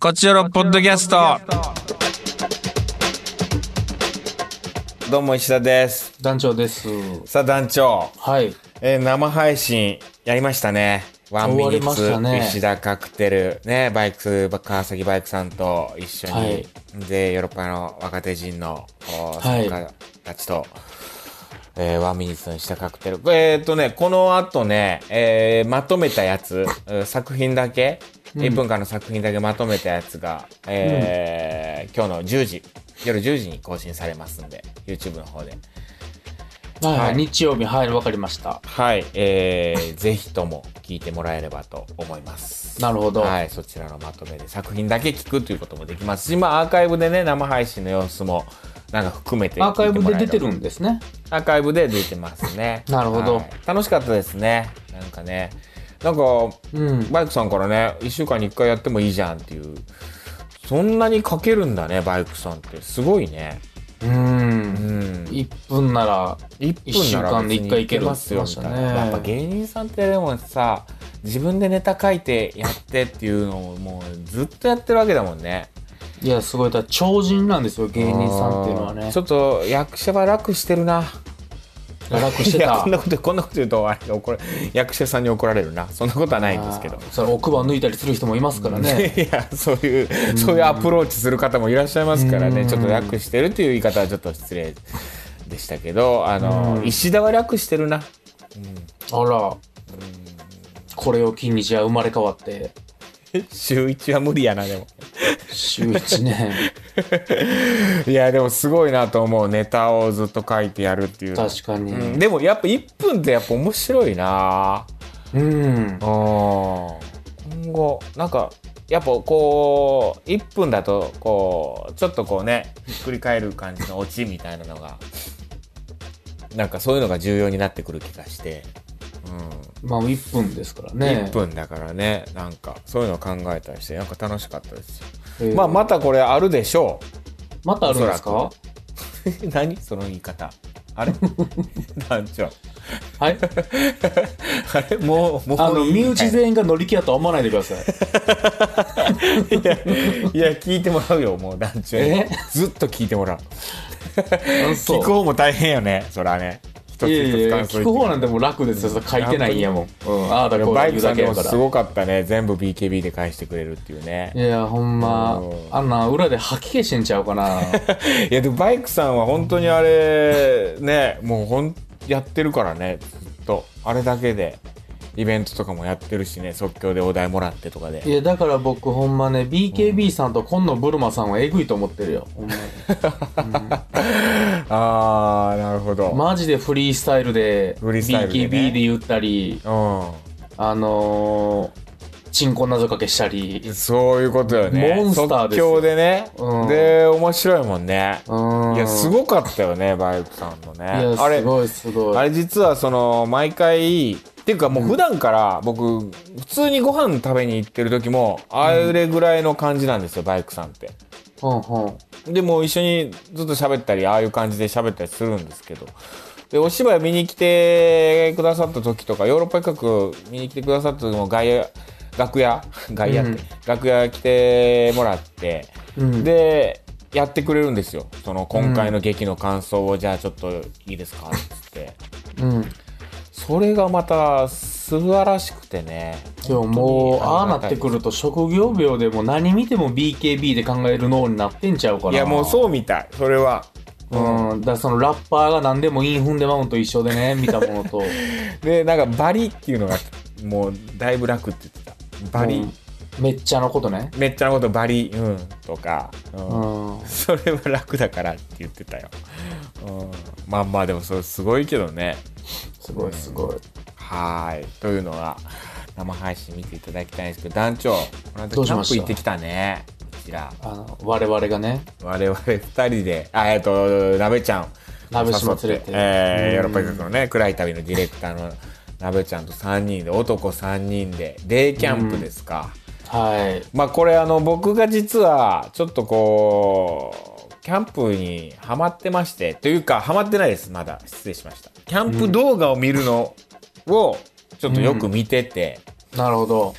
こちらのポッドキャスト。どうも石田です。団長です。さあ団長、はい。えー生配信やりましたね。ワンミ終わニりましたッねツ石田カクテル、ね、バイクス、川崎バイクさんと一緒に、はいで、ヨーロッパの若手人のおはい参加たちと、えーワンミニッツの石田カクテル。えーっとね、この後ね、えーまとめたや つ、うん作品だけ、うん1分間の作品だけまとめたやつが、えー今日の10時、夜10時に更新されますんで、YouTube の方で。はい、はい日曜日、はい、わかりました。はい、えー、 ぜひとも聞いてもらえればと思います。なるほど。はい、そちらのまとめで作品だけ聞くということもできますし、まあアーカイブでね、生配信の様子もなんか含めてアーカイブで出てるんんですね。アーカイブで出てます ね。なるほどはい楽しかったですね。なんかね、なんか、うん。バイクさんからね、1週間に1回やってもいいじゃんっていう、そんなにかけるんだね、バイクさんって。すごいね。う。うんん。一分なら、 1一週間で一回いけるって言ってましたねやっぱ芸人さんってでもさ自分でネタ書いてやってっていうのをもうずっとやってるわけだもんねいや、すごい。だから超人なんですよ、芸人さんっていうのはあーねち。ょっと役者は楽して るな楽していやたこん。なことこんなこと言うとあれ怒ら役者さんに怒られるなそんなことはないんですけどあーそれ奥歯抜いたりする人もいますからね。 いやそういうそういうアプローチする方もいらっしゃいますからうねんちょっと楽してるという言い方はちょっと失礼でしたけどあのうん石田は楽してるなあら。これを機にじゃあ生まれ変わって、週一は無理やなでも。週一年。 いやでもすごいなと思うネタをずっと書いてやるっていうの確かに。ううんん。でもやっぱ1分ってやっぱ面白いなうん今後なんかやっぱこう1分だとこうちょっとこうねひっくり返る感じのオチみたいなのがなんかそういうのが重要になってくる気がして、まあ、1分ですからうん、ね1。分だからねなんかそういうのを考えたりしてなんか楽しかったですよ、えーまあまたこれあるでしょうまたあるんですかお 何その言い方あれ 団長 はい。あれもうもうあの、いい身内全員が乗り気やとは思わないでください。いやいや聞いてもらうよもう団長えずっと聞いてもらうそ聞く方も大変よねそらね一ついやいやいや一つ数えて聞く方なんてもう楽ですよそれ書いてないんやもん、うん、ああだこうだバイク言うさだんけでやもかすらごかったね全部 BKB で返してくれるっていうねいやほんまうんあんな裏で吐き気してんちゃう かないやでもバイクさんは本当にあれねもうほんやってるからねずっとあれだけでイベントとかもやってるしね即興でお題もらってとかでいやだから僕ほんまね BKB さんと今野ブルマさんはえぐいと思ってるよほんまに ああなるほど、マジでフリースタイルでフリースタイルでね BKB で言ったりあのー、チンコ謎かけしたうりんそういうことよねモンスターですよ即興でね、うんで面白いもんね、うんいやすごかったよねバイクさんのねいやあれすごいすごいあれ実はその毎回っていうかもう普段から僕、普通にご飯食べに行ってる時もあれぐらいの感じなんですよ、バイクさんってほんほんでもう一緒にずっと喋ったりああいう感じで喋ったりするんですけどでお芝居見に来てくださった時とかヨーロッパ企画見に来てくださった時も外野楽屋 外野って、うん楽屋来てもらって、うんでやってくれるんですよその今回の劇の感想を、じゃあちょっといいですかっつってうんそれがまた素晴らしくてね今日も本当にりうああがなたっいてくると職業病でも何見ても BKB で考える脳になってんちゃうかないいやもうそうみたいそれはうん、だからそのラッパーが何でもインフンでマウント一緒 でね見たものとでなんかバリっていうのがもうだいぶ楽って言ってたバリ、うんめっちゃのことねめっちゃのことバリうんとか、うんうんそれは楽だからって言ってたよ、うん、まあまあでもそれすごいけどねすごいすごいはーいというのが生配信見ていただきたいんですけど団長この間キどうしャまンしたプ行ってきたねこちらあの我々がね我々二人であえっと鍋ちゃん鍋島連れてえー、うんヨーロッパ企画のね暗い旅のディレクターの鍋ちゃんと3人で男3人でデイキャンプですか、はいまあこれあの僕が実はちょっとこうキャンプにハマってましてというかハマってないですまだ失礼しましたキャンプ動画を見るのをちょっとよく見てて、なるほど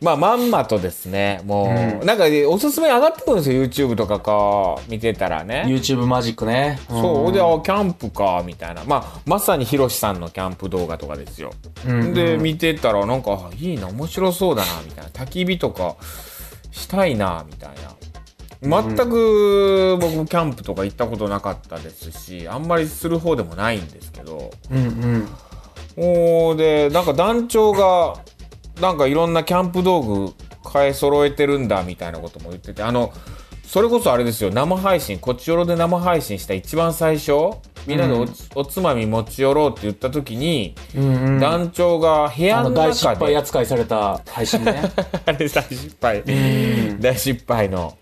まあ、まんまとですね、もう、なんか、おすすめ上がってくるんですよ、YouTube とかか、見てたらね。 YouTube マジックね。そう、で、あ、キャンプか、みたいな。まあ、まさにヒロシさんのキャンプ動画とかですよ。うんで、見てたら、なんか、あいいな、面白そうだな、みたいな。焚き火とか、したいな、みたいな。全く、僕もキャンプとか行ったことなかったですし、あんまりする方でもないんですけど。うんうん。おーでなんか団長がなんかいろんなキャンプ道具買い揃えてるんだみたいなことも言っててあのそれこそあれですよ生配信こっちよろで生配信した一番最初みんなでお,、うんおつまみ持ち寄ろうって言った時に、うんうん。団長が部屋あのの大失中敗で扱いされた配信ね。 あれ大失敗ん大失敗の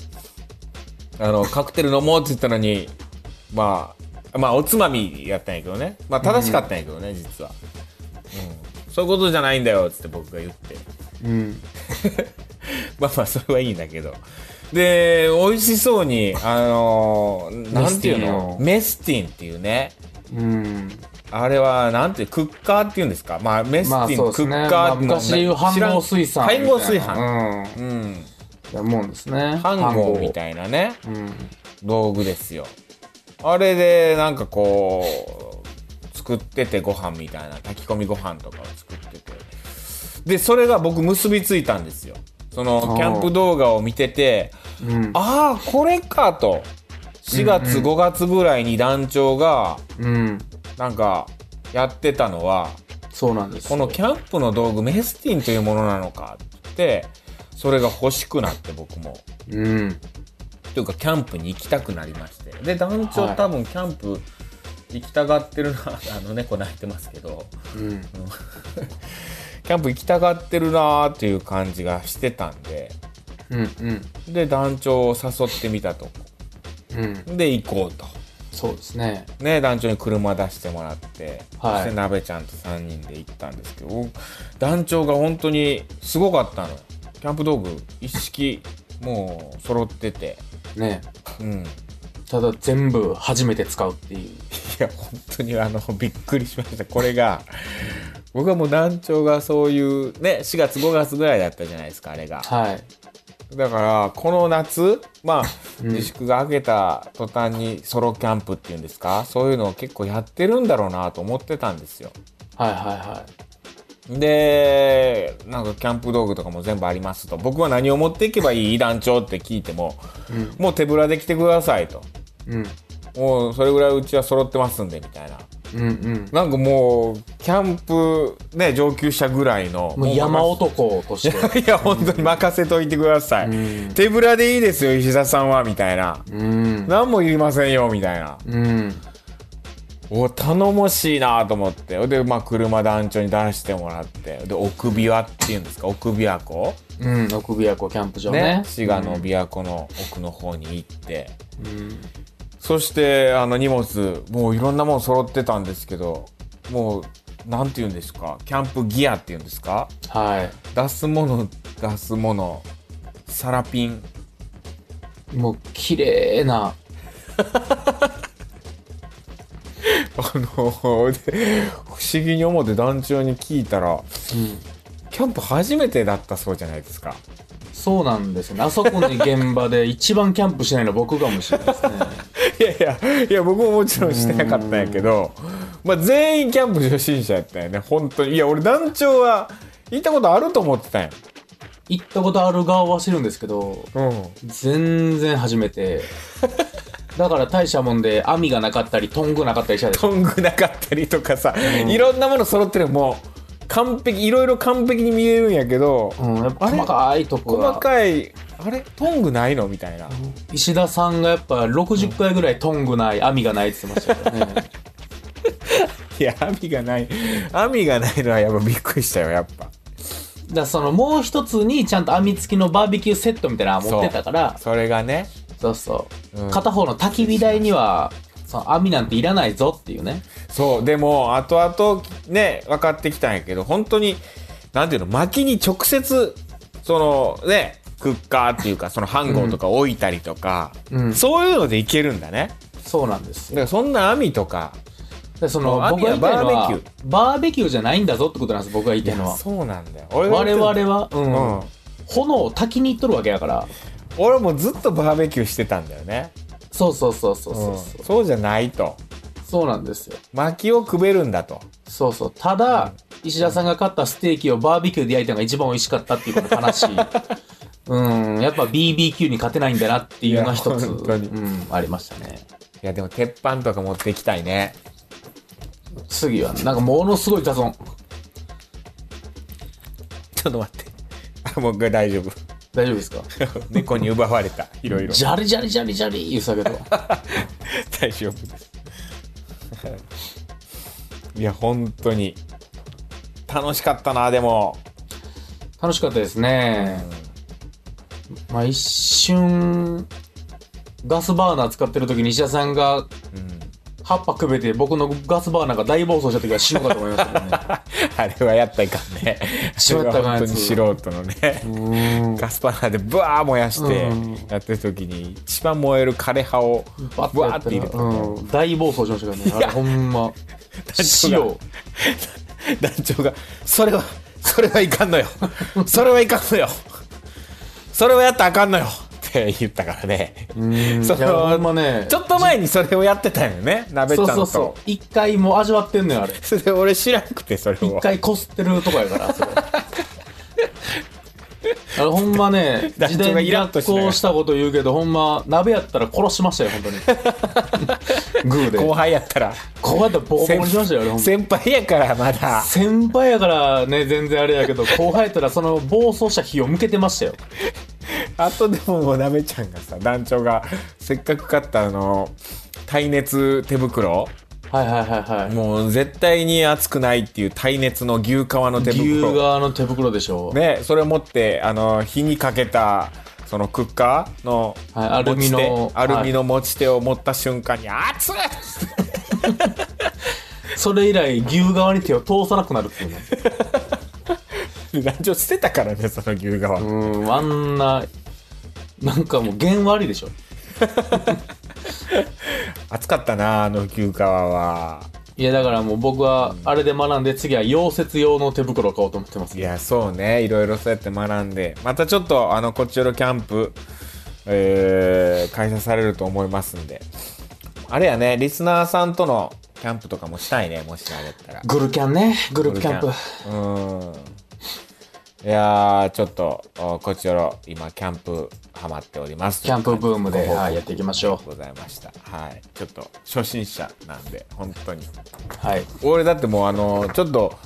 あのカクテル飲もうって言ったのにまあまあおつまみやったんやけどねまあ正しかったんやけどね、実は、うん、そういうことじゃないんだよっつって僕が言って うん。まあまあそれはいいんだけどで美味しそうにあのーなんていうのメスティンっていうねうん。あれはなんていうクッカーっていうんですかまあメステまあィン、そうですクね。ッカまあーの昔言う知ら飯ん合水産みたい飯な。合炊飯うん。うんだもんですね。飯合みいたいなねな。うん。道具ですよあれでなんかこう作っててご飯みたいな炊き込みご飯とかを作っててでそれが僕結びついたんですよそのーキャンプ動画を見ててうん。ああこれかと4月5月ぐらいに団長がうん。なんかやってたのはそうなんです。このキャンプの道具メスティンというものなのかってそれが欲しくなって僕もうん。というかキャンプに行きたくなりましてで団長、はい多分キャンプ行きたがってるな あの猫鳴いてますけどうん。 キャンプ行きたがってるなーっていう感じがしてたんでうん。うん。で団長を誘ってみたとうん。で行こうとそうですね。ね団長に車出してもらって、はいそして鍋ちゃんと3人で行ったんですけど僕団長が本当にすごかったのよキャンプ道具一式もう揃っててね。うんただ全部初めて使うっていう。いや本当にあのびっくりしましたこれが僕はもう団長がそういうね4月5月ぐらいだったじゃないですかあれがはい。だからこの夏まあうん自粛が明けた途端にソロキャンプっていうんですかそういうのを結構やってるんだろうなと思ってたんですよはいはでなんかキャンプ道具とかも全部ありますと僕は何を持っていけばいい団長って聞いてもいはい。もう手ぶらで来てくださいとうん。うん。もうそれぐらいうちは揃ってますんでみたいなうんうん。なんかもうキャンプね上級者ぐらいのもう山を男とし て。いや本当に任せといてください、うん手ぶらでいいですよ石田さんはみたいな、うん。何もいりませんよみたいなうん。お頼もしいなと思ってでまあ車団長に出してもらってで奥琵琶っていうんですか奥琵琶湖うん。奥琵琶湖キャンプ場ねね。滋賀の琵琶湖の奥の方に行って、うん。そしてあの荷物もういろんなもの揃ってたんですけどもうなんて言うんですかキャンプギアっていうんですかは出すもの出すものサラピンい。もう綺麗な。あので不思議に思って団長に聞いたらうん。キャンプ初めてだったそうじゃないですかそうなんですよね。あそこの現場で一番キャンプしないの僕かもしれないですね。いやいやいや僕ももちろんしてなかったんやけど、まあ、全員キャンプ初心者やったよね本当にいや俺団長は行ったことあると思ってたんや行ったことある側はしてるんですけど、う全然初めて。だから大したもんで網がなかったり、トングなかったりしたでしょ。トングなかったりとかさ、んいろんなもの揃ってるもう完璧いろいろ完璧に見えるんやけど、うん、やっぱ細かいとこが細かいあれトングないのみたいな、石田さんがやっぱ60回ぐらいトングない、網がないって言って ましたよね。いや網がない網がないのはやっぱびっくりしたよやっぱだからそのもう一つにちゃんと網付きのバーベキューセットみたいなの持ってたから、それがねそうそううん片方の焚き火台には、その網なんていらないぞっていうね。そうでも後々ね分かってきたんやけど本当になんていうの薪に直接そのねクッカーっていうかその飯盒とか置いたりとか、うんそういうのでいけるんだねそうなんですだよからそんな網とかでそのもう僕が言いたいの網ははバーベキバーベキューじゃないんだぞってことなんです僕が言いたいのはそうなんだよ俺が我言って々るは、うんうん炎を焚きに行っとるわけやから俺もずっとバーベキューしてたんだよねそうそうそうそうそううんそう、そうじゃないとそうなんですよ薪をくべるんだとそうそうただ石田さんが買ったステーキをバーベキューで焼いたのが一番美味しかったっていうこの 話うんやっぱ BBQ に勝てないんだなっていうのが一いつ、や本当にうん、ありましたねいやでも鉄板とか持っていきたい ね次はなんかものすごい雑音ちょっと待って あもうこれ大丈夫 大丈夫ですか猫に奪われたいろいろジャリジャリジャリジャリ言うてたけど 大丈夫ですいや本当に楽しかったなでも 楽しかったですね、まあ一瞬ガスバーナー使ってる時に石田さんがうん葉っぱくべて僕のガスバーナーが大暴走した時は死ぬかと思いました けどねあれはやったらいかんね。しまったかんあやれは本つ当に素人のね。ガスパラでブワー燃やしてうんやってる時に一番燃える枯葉をバッブてやワーっったてら入れてうん、大暴走しましたからねあれほ んま塩団長が「それはそれはいかんのよそれはいかんのよそれはやったらあかんのよ」って言ったからねうんそいやほんのまねちょっと前にそれをやってたよね鍋ちそゃんうとそうそう一回もう味わってんのよあれそれで俺知らなくてそれ一を回こすってるとこやから それあれほんまね団時長代がにイラッと逆しながら行したこと言うけどほんま鍋やったら殺しましたよ本当 にグーで後こ輩やったらうやったらボコボコにしましたよあれほんま先輩やからまだ先輩やからね全然あれやけど後輩やったらその暴走した火を向けてましたよあとでももうなべちゃんがさ団長がせっかく買ったあの耐熱手袋はいはいはいはいもう絶対に熱くないっていう耐熱の牛革の手牛袋側の手袋でしょ、ねそれを持ってあの火にかけたそのクッカーのはいアルミの持ち手アルはいミの持ち手を持った瞬間に「熱っ!」それ以来牛側に手を通さなくなるっていうねって 団長捨てたからねその牛革、うんあんななんかもう弦悪いでしょ熱かったなあの牛革はいやだからもう僕はあれで学んで次は溶接用の手袋を買おうと思ってますいやそうねいろいろそうやって学んでまたちょっとあのこっちよろキャンプ、えー開催されると思いますんであれやねリスナーさんとのキャンプとかもしたいねもしあれやったらグルキャンねグループキャンプうんいやーちょっとおこっちよろ今キャンプハマっておりますキャンプブームで、ご報告はい、やっていきましょございましたはいちょっと初心者なんで本当にうはい俺だってもうあのちょっと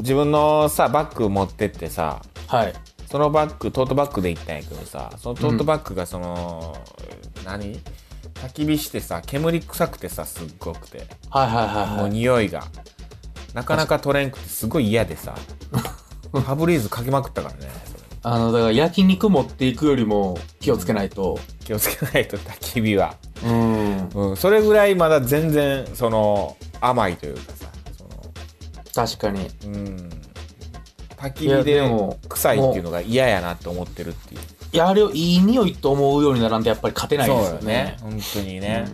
自分のさバッグ持ってってさはいそのバッグトートバッグで行ったんやけどさそのトートバッグがその、何焚き火してさ煙臭くてさすっごくてはいはいもはういはい匂いがなかなか取れんくてすごい嫌で さファブリーズかけまくったからねそれあのだから焼肉持っていくよりも気をつけないと気をつけないと焚き火は、うんうん、それぐらいまだ全然その甘いというかさその確かにうん焚いきや火ででも臭いっていうのが嫌やなと思ってるっていういやあれをいい匂いと思うようにならんとやっぱり勝てないですよねそうよ本当にね、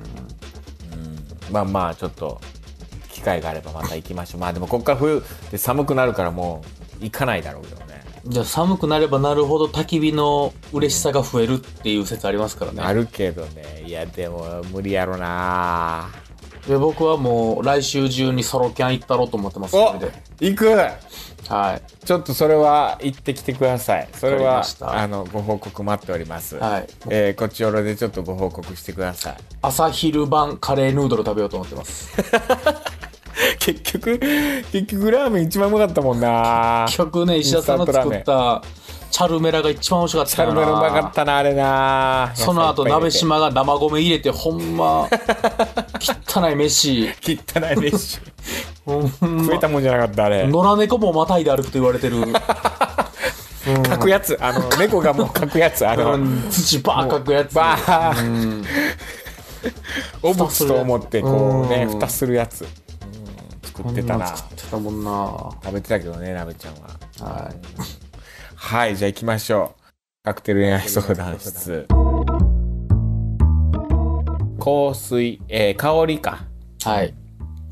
うんまあまあちょっと機会があればまた行きましょうまあでもこっから冬で寒くなるからもう行かないだろうけどねじゃあ寒くなればなるほど焚き火の嬉しさが増えるっていう説ありますからねあるけどねいやでも無理やろなで僕はもう来週中にソロキャン行ったろうと思ってますおそれで行くはいちょっとそれは行ってきてくださいそれわかりはましたあのご報告待っております、はいえーこっちおろでちょっとご報告してください朝昼晩カレーヌードル食べようと思ってます 結局結局ラーメン一番うまかったもんな結局ね石田さんの作ったチャルメラが一番美味しかっチャたルよメなルうまかったなあれなその後鍋島が生米入れてほんま汚い飯切ったないメッシュほんま食えたもんじゃなかったあれ野良猫もまたいで歩くと言われてる、書くやつあ の猫がもう書くやつあうのん土バーかくやつバーうんオブスと思ってこうねうん蓋するやつうん作ってたこんなんん作ってたもんなは食べてたけどね鍋ちゃんはいはいじゃあ行きましょうカクテル恋愛相談室香水、えー香りか、はい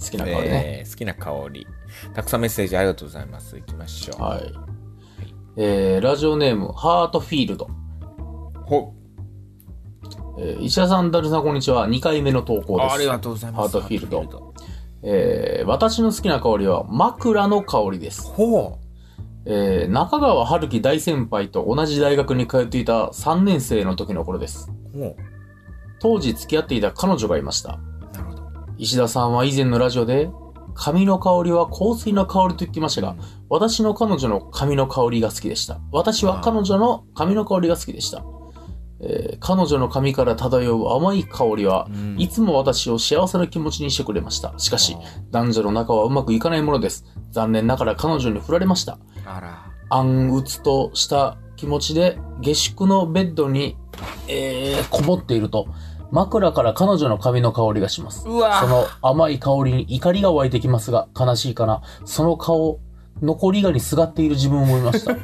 好きな香りね、えー好きな香りたくさんメッセージありがとうございます行きましょうはいえーラジオネーム、ハートフィールド。ほえー石田さん、ダルさん、こんにちは。2回目の投稿です。あありがとうございますハートフィールドハートフィールえー私の好きな香りは枕の香りです。ほえー中川春樹大先輩と同じ大学に通っていた3年生の時の頃です。うほ当時付き合っていた彼女がいました。うなるほど石田さんは以前のラジオで、髪の香りは香水の香りと言っていましたが、私の彼女の髪の香りが好きでした。私は彼女の髪の香りが好きでした。えー彼女の髪から漂う甘い香りは、いつも私を幸せな気持ちにしてくれました。しかし、男女の仲はうまくいかないものです。残念ながら彼女に振られました。あら暗うつとした気持ちで下宿のベッドに、えーこもっていると枕から彼女の髪の香りがしますうわその甘い香りに怒りが湧いてきますが悲しいかなその顔残りがにすがっている自分を思いま した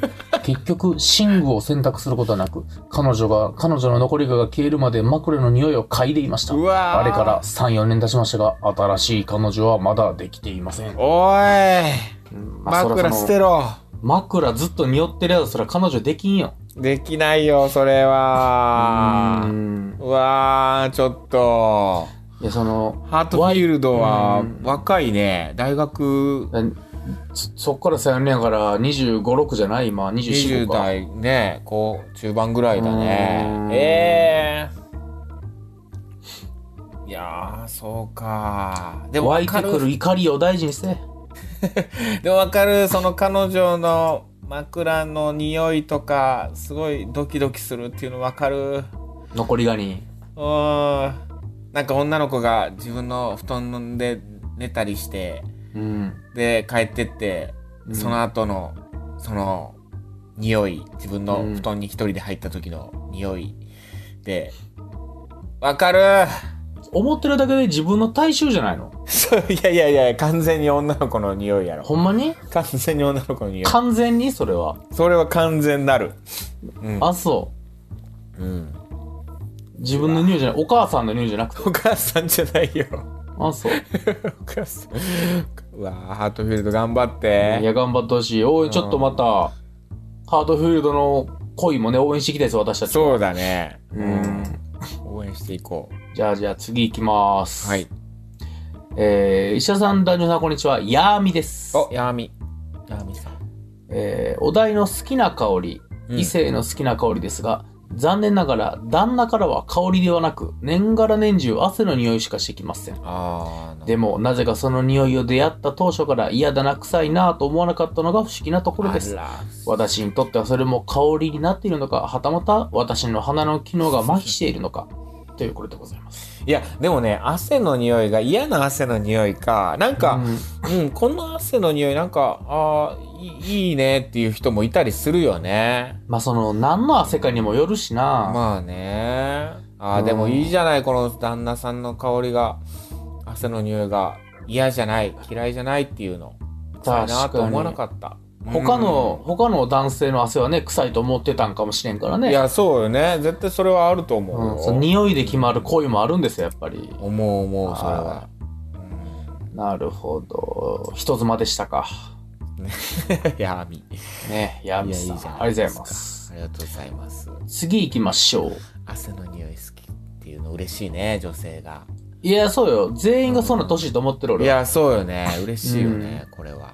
結局寝具を選択することはなく彼女が彼女の残りがが消えるまで枕の匂いを嗅いでいましたうわあれから34年経ちましたが新しい彼女はまだできていません、おいまあそら枕その捨てろ枕ずっと匂ってるやつそら彼女できんよできないよそれはうーんうわーちょっといやそのハートフィールドはうん若いね大学えそそっから3年やから2 5 6じゃない今2 20 4か代ねこう中盤ぐらいだうねんええいやーそうかでも湧分いかてくるる怒りを大事にしてでも分かるその彼女の枕の匂いとかすごいドキドキするっていうの分かる残りがにうんなんか女の子が自分の布団で寝たりしてうんで帰ってってうんその後の、その匂い自分のうん布団に一人で入った時の匂いでわかる 思ってるだけで自分の体臭じゃないのそういやいやいや完全に女の子の匂いやろほんまに完全に女の子の匂い完全にそれはそれは完全なるうん、あそうん、う自分の匂いじゃないお母さんの匂いじゃなくてお母さんじゃないよあそうお母さんうわハートフィールド頑張っいてや頑張ってほしいおいちょっとまたハートフィールドの恋もね応援していきたいです私たちそうだねううんん応援していこうじゃあじゃあ次行きますはいえー、石田さん、男女さん、こんにちは。ヤーミです。おやみやみさんえーお題の好きな香り、うん異性の好きな香りですが、残念ながら、旦那からは香りではなく、年がら年中汗の匂いしかしてきません。あーなでも、なぜかその匂いを出会った当初から嫌だな、臭いなと思わなかったのが不思議なところです。あら私にとってはそれも香りになっているのか、はたまた私の鼻の機能が麻痺しているのか、ということでございます。いやでもね汗の匂いが嫌な汗の匂いかなんうか、んうんこの汗の匂いなんかあーいいいねっていう人もいたりするよねまあ、その、何の汗かにもよるしな。まあねあうーんでもいいじゃないこの旦那さんの香りが汗の匂いが嫌じゃない嫌いじゃないっていうの臭いなと思わなかった他の、他の男性の汗はね臭いと思ってたんかもしれんからうんねいやそうよね絶対それはあると思うん、うそのよ、匂いで決まる恋もあるんですよやっぱり思う思うそれはなるほど人妻でしたか やみねやみさんいやいいじゃないありがとうでござすかいますありがとうございます次行きましょう汗の匂い好きっていうの嬉しいね女性がいやそうよ全員がそんな年いと思ってるい俺はやそうよね嬉しいよね、これは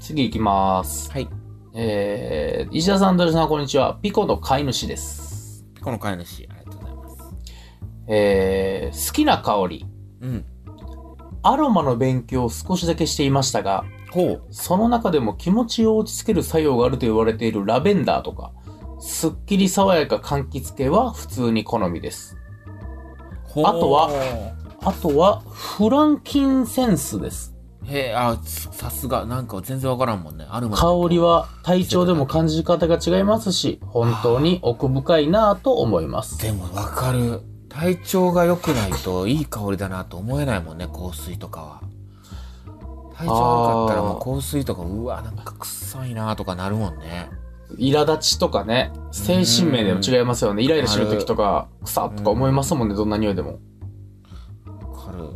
次行きますはいえー、石田さん、ドルさん、こんにちは。ピコの飼い主です。この飼い主ありがとうございますえー、好きな香り。うんアロマの勉強を少しだけしていましたが、ほうその中でも気持ちを落ち着ける作用があると言われているラベンダーとか、すっきり爽やか柑橘系は普通に好みです。ほうあとはあとは、フランキンセンスです。へえあささすがなんか全然わからんもんねあるもん香りは体調でも感じ方が違いますし、本当に奥深いなぁと思います。でもわかる体調が良くないといい香りだなと思えないもんね香水とかは体調良かったらもう香水とかうわなんか臭いなとかなるもんね苛立ちとかね、精神面でも違いますよね。イライラしてる時とか、臭っとか思いますもんね、どんな匂いでも。わかる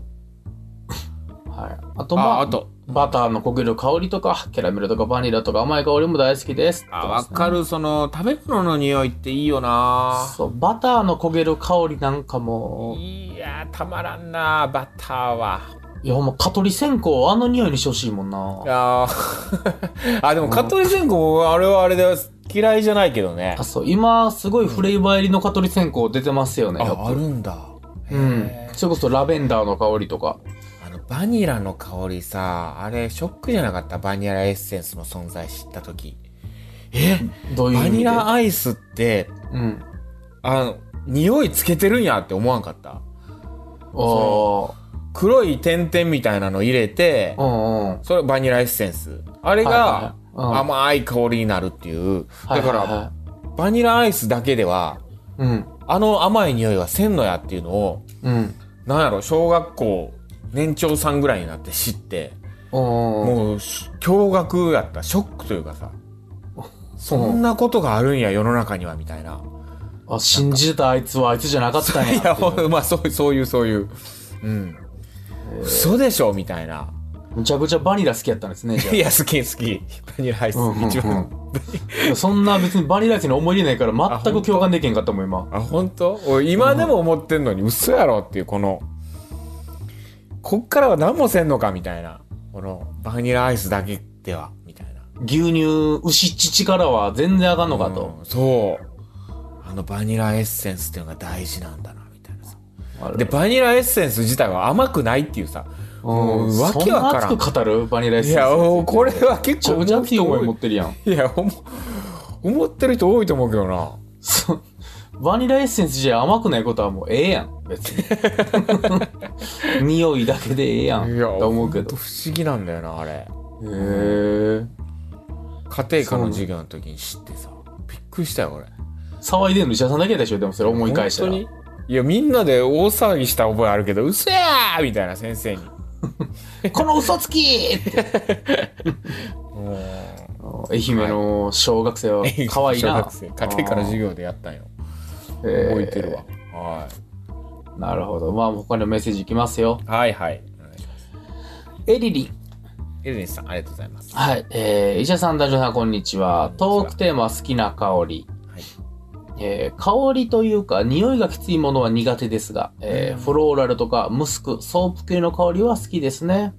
はい。あと、まああ、あとバターの焦げる香りとか、キャラメルとかバニラとか甘い香りも大好きです。あ、わかる。その、食べ物の匂いっていいよなそう、バターの焦げる香りなんかも、いやー、たまらんなバターは。いや、ほんま、蚊取り線香をあの匂いにしてほしいもんいな。や ーあ、でも、蚊取り線香も、あれはあれで嫌いじゃないけどねあ、。そう、今、すごいフレーバー入りの蚊取り線香出てますよね。よくあるんだ。うんへ。ーそれこそラベンダーの香りとか。あの、バニラの香りさ、あれ、ショックじゃなかったバニラエッセンスの存在知った時。えどういう意バ味でニラアイスって、うん。あの、匂いつけてるんやって思わんかったあ黒い点々みたいなの入れてあ。、うんうん。それバニラエッセンス。あれがはいはいはいうん甘い香りになるっていう。だかはいはいら、はバニラアイスだけでは、いうん。あの甘い匂いはせんのやっていうのを、うん。なんやろ、小学校、年長さんぐらいになって知って、うんうん。もうし驚愕やったショックというかさそんなことがあるんや世の中にはみたいなあ、信じてたあいつはあいつじゃなかったんやって い。いうやほんまあそうそういうそういううん嘘でしょみたいなむちゃくちゃバニラ好きやったんですね、じゃいや好き好きバニラアイスうんうんうん一番あ。そんな別にバニラアイスに思い入れないから全く共感できへんかったもん、今。あ本当俺今でも思ってんのに嘘やろっていうこのこっからは何もせんのかみたいなこのバニラアイスだけではみたいな牛乳、牛乳からは全然あかんのかと。うんそうあのバニラエッセンスっていうのが大事なんだなみたいなさあれでバニラエッセンス自体は甘くないっていうさもうわけわからんそんな熱く語るバニラアイスいやおーこれはめ結ちゃ構くちゃ熱い思い持思っうてるやん。人多いいや思思ってる人多いと思うけどなそうバニラエッセンスじゃ甘くないことはもうええやん、別に。匂いだけでええやん、いやと思うけどほんと。不思議なんだよなあれへえ。家庭科の授業の時に知ってさびっくりしたよ俺騒いでんの医者さんだけでしょ、でもそれ思い返したら。本当にいやみんなで大騒ぎした覚えあるけど「うそやー!」みたいな先生にこの嘘つきーって。もう愛媛の小学生は 可愛い小な。学生家庭科の授業でやったんよあー覚えてるわ、はいえーなるほど。まあ、他のメッセージいきますよ。はいはい。エリリン。エルニスさん、ありがとうございます。はい。えー、医者さん、男女さん、こんにちこんは。にちはトークテーマ、好きな香り。はいえー香りというか、匂いがきついものは苦手ですが、えーフローラルとかムスク、ソープ系の香りは好きですね。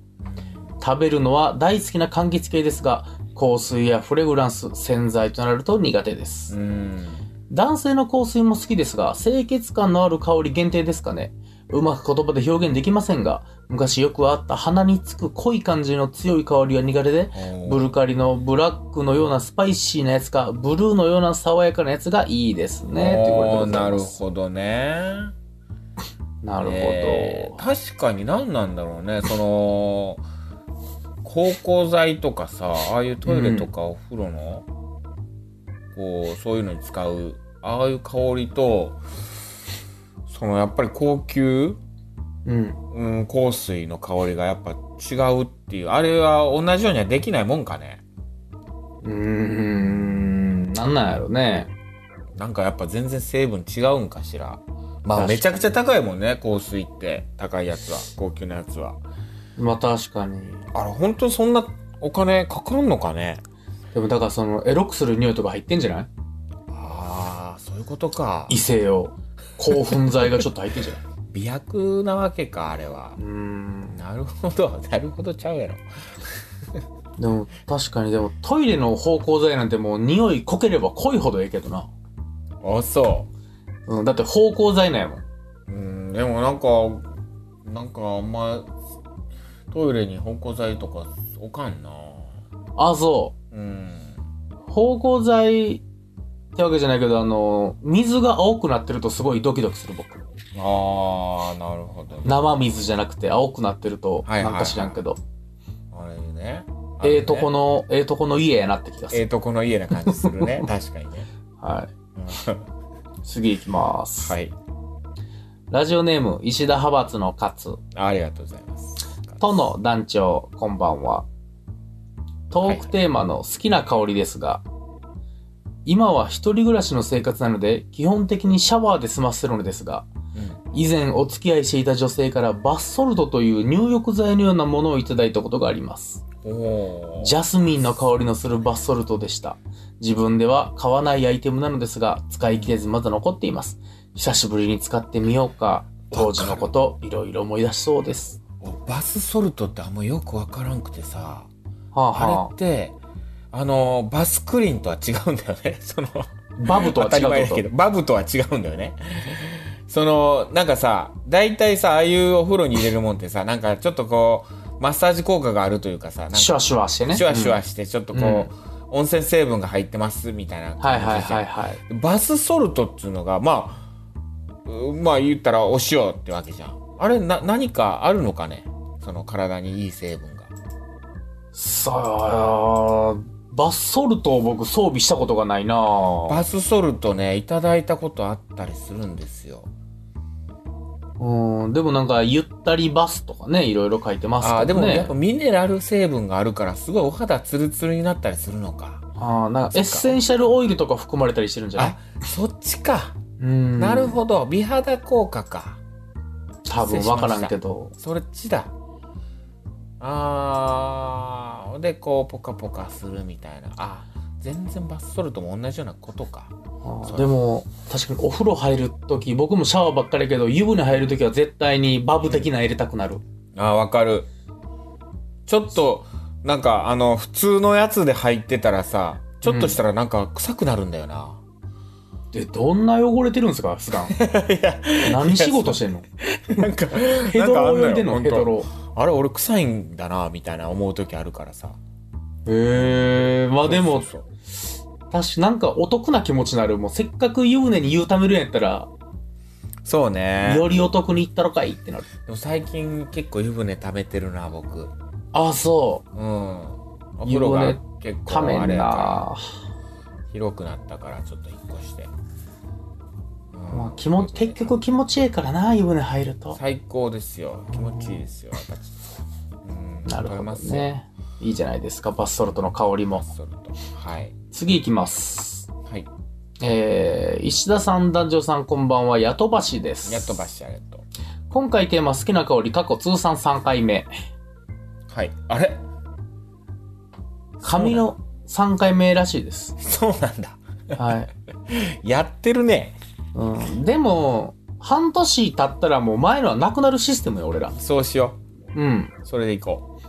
食べるのは大好きな柑橘系ですが、香水やフレグランス、洗剤となると苦手です。ん。男性の香水も好きですが、清潔感のある香り限定ですかね。うまく言葉で表現できませんが、昔よくあった鼻につく濃い感じの強い香りは苦手で、ブルカリのブラックのようなスパイシーなやつか、ブルーのような爽やかなやつがいいですね。ということでござないまるすほどね。ななるほど。確かに何なんだろうね。その、芳香剤とかさ、ああいうトイレとかお風呂の、こう、そういうのに使う、ああいう香りと、そのやっぱり高級、うん。うん、香水の香りがやっぱ違うっていう、あれは同じようにはできないもんかね。うーん、なんなんやろね。なんかやっぱ全然成分違うんかしら。ま確かあにめちゃくちゃ高いもんね、香水って。高いやつは、高級なやつは。まあ確かに。あれ、本当にそんなお金かかんのかねでもだからその、エロくする匂いとか入ってんじゃないああ、そういうことか異。性を。興奮剤がちょっと入ってんじゃ ない美薬なわけか、あれはう。ーん。なるほど、なるほどちゃうやろ。でも確かにでもトイレの芳香剤なんてもう匂い濃ければ濃いほどええけどな、あ、そうん、だって芳香剤なんやもんう。うん、でもなんか、なんかあんま、トイレに芳香剤とか置かんな。あそうん。う芳香剤ってわけじゃないけどあの水が青くなってるとすごいドキドキする僕ああ、なるほどね。生水じゃなくて青くなってるとはいはいはないんか知らんけど、あれね。ええとこのええとこの家やなって気がすええる、とこの家な感じする ね確かにね、はいうん次行きます、はいラジオネーム石田派閥の勝ありがとうございますとの団長、こんばんは。トークテーマの好きな香りですが、今は一人暮らしの生活なので、基本的にシャワーで済ませるのですが、うん以前お付き合いしていた女性からバスソルトという入浴剤のようなものをいただいたことがあります。おジャスミンの香りのするバスソルトでした。自分では買わないアイテムなのですが、使い切れずまだ残っています。久しぶりに使ってみようか。当時のこと、いろいろ思い出しそうです。バスソルトってあんまよくわからんくてさはああはれってあのバスクリンとは違うんだよね そのあ、バブとは当た違り前うだこけと。どバブとは違うんだよねそのなんかさ大体さああいうお風呂に入れるもんってさなんかちょっとこうマッサージ効果があるというかさなんかシュワシュワしてね。シュワシュうワんしてちょっとこう、温泉成分が入ってますみたいなは感いじはいではいはい。バスソルトっていうのがまあうまあ言ったらお塩ってわけじゃんあれな何かあるのかねその体にいい成分がさあ、バスソルトを僕装備したことがないなぁバスソルトねいただいたことあったりするんですようん、でもなんか、ゆったりバスとかね、いろいろ書いてますけどあね。ーでもやっぱミネラル成分があるからすごいお肌ツルツルになったりするのかあーなんかエッセンシャルオイルとか含まれたりしてるんじゃないあそっちか、うんなるほど美肌効果か多分わからんけど。そっちだあーでこうポカポカするみたいなあ全然バスソルトも同じようなことかあそーうでも、確かにお風呂入るとき、僕もシャワーばっかりやけど、湯船入るときは絶対にバブ的な入れたくなる。あーわかるちょっとなんかあの普通のやつで入ってたらさちょっとしたらなんか臭くなるんだよな、で、どんな汚れてるんですか、普 段。いや何仕事してんのなん かヘドロ泳いでんのなんヘかあドんのよロ。ほんとあれ俺臭いんだなみたいな思う時あるからさへえまあでそも、うそうそう確かなんかお得な気持ちになる。もうせっかく湯船に湯ためるんやったら、そうねよりお得に行ったろかいってなる。でも最近結構湯船溜めてるな僕あ、そう。うん。お風呂が結ため構あんれやなから広くなったからちょっと引っ越して。うんまあ、気持ち結局気持ちいいからな湯船入ると最高ですよ。気持ちいいですよ。私。うんなわかるりほどますよねいいじゃないですかバスソルトの香りもそれとはい次いきますはい。えー、石田さん男女さんこんばんはやとばしですやっとばしあれと。今回テーマ好きな香り過去通算3回目はい。あれ 髪の3回目らしいですそうなんだ。はい、やってるね。うん、でも半年経ったらもう前のはなくなるシステムよ俺らそうしようんう。それでいこ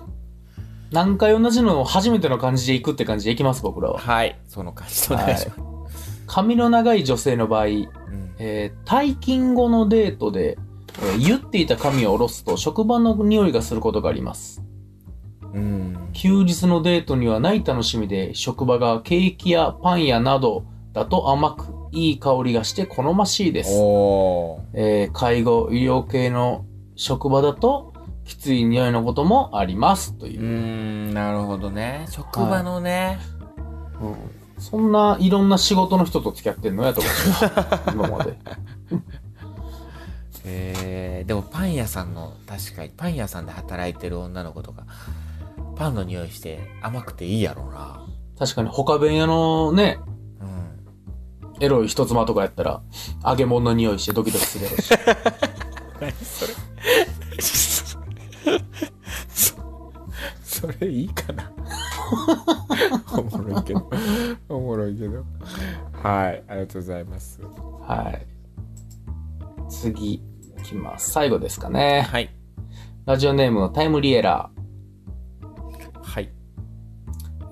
何回同じのを初めての感じでいくって感じでいきます僕らう。ははい。その感じでお願いします。髪の長い女性の場合うんえー退勤後のデートで、えー、言っていた髪を下ろすと職場の匂いがすることがありますうん。休日のデートにはない楽しみで職場がケーキやパンやなどだと甘くいい香りがして好ましいです、おー。えー介護医療系の職場だときつい匂いのこともありますというう、ん、なるほどね。職場のね。うんそんないろんな仕事の人と付き合ってんのやとか今までえーでもパン屋さんの確かにパン屋さんで働いてる女の子とかパンの匂いして甘くていいやろうな確かに他弁屋のねうんエロい人妻とかやったら揚げ物の匂いしてドキドキするやろうしそれいいか なおもろいけどおもろいけどはいありがとうございますはい。次、いきます。最後ですかね。はいラジオネームのタイムリエラー。はい、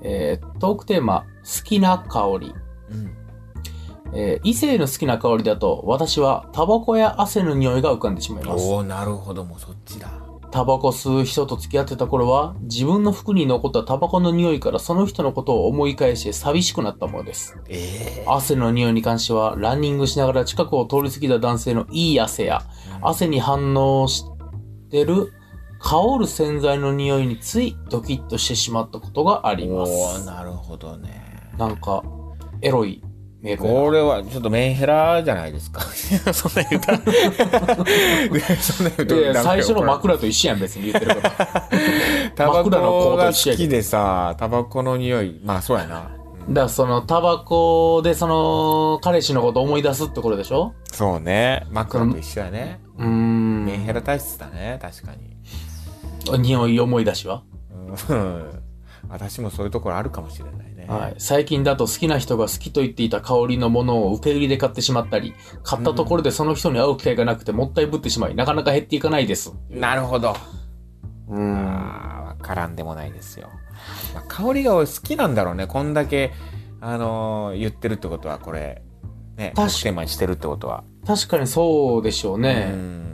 えートークテーマ、好きな香り。うん、えー異性の好きな香りだと、私はタバコや汗の匂いが浮かんでしまいます。おおなるほどもうそっちだタバコ吸う人と付き合ってた頃は、自分の服に残ったタバコの匂いからその人のことを思い返して寂しくなったものです。ええ汗の匂いに関しては、ランニングしながら近くを通り過ぎた男性のいい汗や、汗に反応してる香る洗剤の匂いについドキッとしてしまったことがありまおーす。なるほどねなんか、エロいメールやなこれはちょっとメンヘラじゃないですか そんな言うた らそんな言うたらいやいや最初このれ枕と一緒やん、別に言ってる こと。タバコ枕のコートが一緒好やけきどでさタバコの匂いまあそうやな、うんだからそのタバコでその彼氏のこと思い出すってことでしょそうねマックロと一緒やねうーんメンヘラ体質だね確かに匂い思い出しは、うん 私もそういうところあるかもしれないね、はい、最近だと好きな人が好きと言っていた香りのものを受け売りで買ってしまったり買ったところでその人に会う機会がなくてもったいぶってしまいなかなか減っていかないですなるほどうあーわからんでもないですよ、まあ、香りが俺好きなんだろうねこんだけあのー言ってるってことはこれね確か特テーマにしてるってことは、確かにそうでしょううね、ん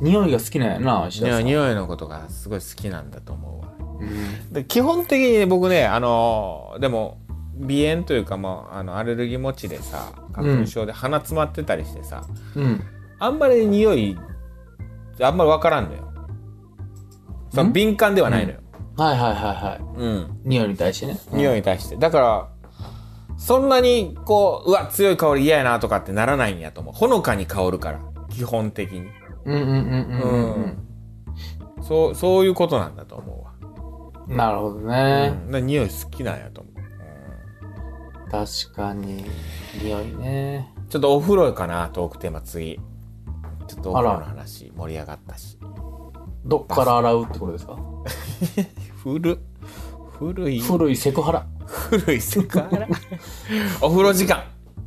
匂いが好きなんやな石田匂さいん匂いのことがすごい好きなんだと思うわうんで基本的に僕ねあのでも鼻炎というか、まあ、あのアレルギー持ちでさ花粉症で鼻詰まってたりしてさ、うんあんまり匂いあんまり分からんのよそのん敏感ではないのよ、はいはいはいはいうん匂いに対してね匂いいに対してだからそんなにこううわ強い香り嫌やなとかってならないんやと思うほのかに香るから基本的にうんうんうんうんうんそうそういうことなんだと思ううんなるほどわ、ね、うん、な匂い好きなんやと思う、うん確かに匂いねちょっとお風呂かな、トークテーマ次。ちょっとお風呂の話盛り上がったし。どっから洗うってことですか古っ古い古いセクハラ古い世界お風呂時間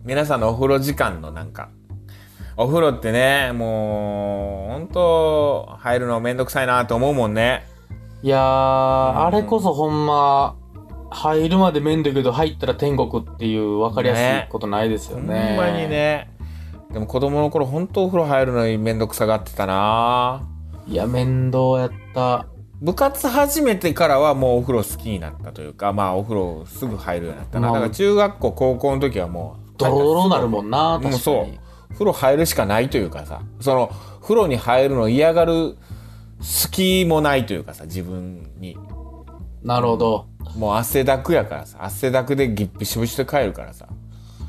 皆さんのお風呂時間のなんかお風呂ってねもう本当入るのめんどくさいなと思うもんねいやーあれこそほんま入るまで面倒けど入ったら天国っていう分かりやすいことないですよほんねまにねでも子供の頃本当お風呂入るのにめんどくさがってたないや面倒やった部活始めてからはもうお風呂好きになったというかまあお風呂すぐ入るようになったな、まだあから中学校高校の時はもうドロドロなるもんもなう確かそにう風呂入るしかないというかさその風呂に入るの嫌がる隙もないというかさ自分になるほどもう汗だくやからさ汗だくでぎっぷしぶしで帰るからさ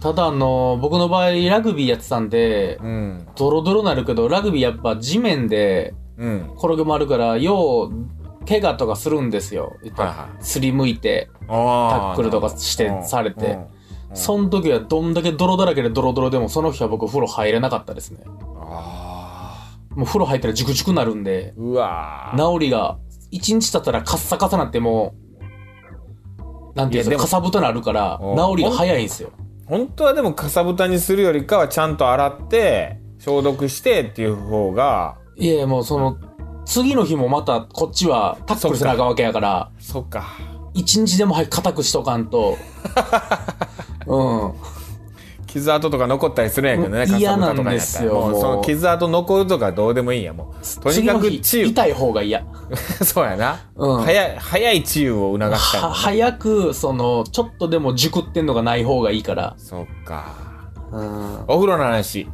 ただあの僕の場合ラグビーやってたんでうんドロドロなるけどラグビーやっぱ地面でうん転げ回るからよう怪我とかするんですよ、えっとはいはすりむいてタあーックルとかしてされてうんうんその時はどんだけ泥だらけでドロドロでもその日は僕風呂入れなかったですねあもう風呂入ったらジュクジュクなるんでーうわー治りが1日経ったらカッサカサなってもうなんていいやうんですでかもかさぶたなるからうん治りが早いんですよ本当はでもかさぶたにするよりかはちゃんと洗って消毒してっていう方がいやいやもうその次の日もまたこっちはタックルせなあかんわけやからそっか一日でも早く固くしとかん とうん傷跡とか残ったりするんやけどね、もうかさ嫌ぶたなとんかにでなったすらよもうもうその傷跡残るとかどうでもいいんやもうとにかく治次癒の日痛い方が嫌 そうやな、うん早い早い治癒を促したいもんはね早くそのちょっとでも熟ってんのがない方がいいからそっかうんお風呂の話、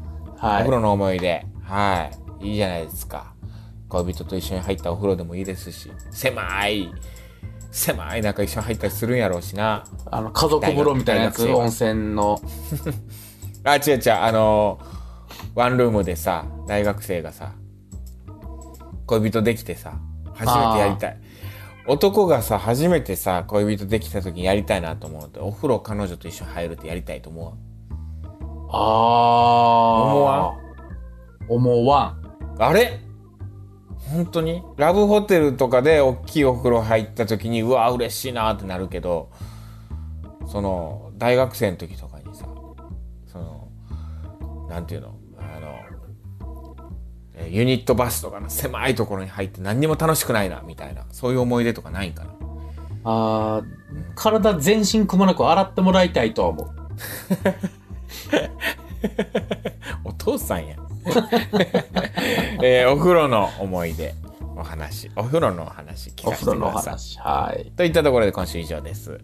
おはい風呂の思い出はいいいじゃないですか恋人と一緒に入ったお風呂でもいいですし狭い狭い中一緒に入ったりするんやろうしなあの家族風呂みたいなやつ大学生は温泉のあ違う違うあのワンルームでさ大学生がさ恋人できてさ初めてやりたい男がさ初めてさ恋人できた時にやりたいなと思うのってお風呂彼女と一緒に入るってやりたいと思ああ思わん思わんうあれ本当にラブホテルとかで大きいお風呂入った時にうわ嬉しいなってなるけどその大学生の時とかにさそのなんていうのあのえーユニットバスとかの狭いところに入って何にも楽しくないなみたいなそういう思い出とかないんかなあー体全身くまなく洗ってもらいたいとは思うお父さんや、 えーお風呂の思い出お話お風呂のお話聞おかせて風呂くのおださい話はいといったところで今週以上です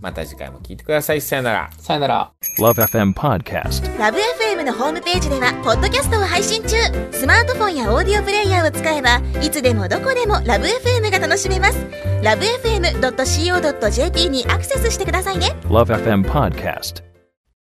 また次回も聞いてくださいさよならさよなら Love FM Podcast. ラブ f m のホームページではポッドキャストを配信中スマートフォンやオーディオプレイヤーを使えばいつでもどこでもラブ f m が楽しめますラブ FM.co.jp にアクセスしてくださいね Love FM Podcast.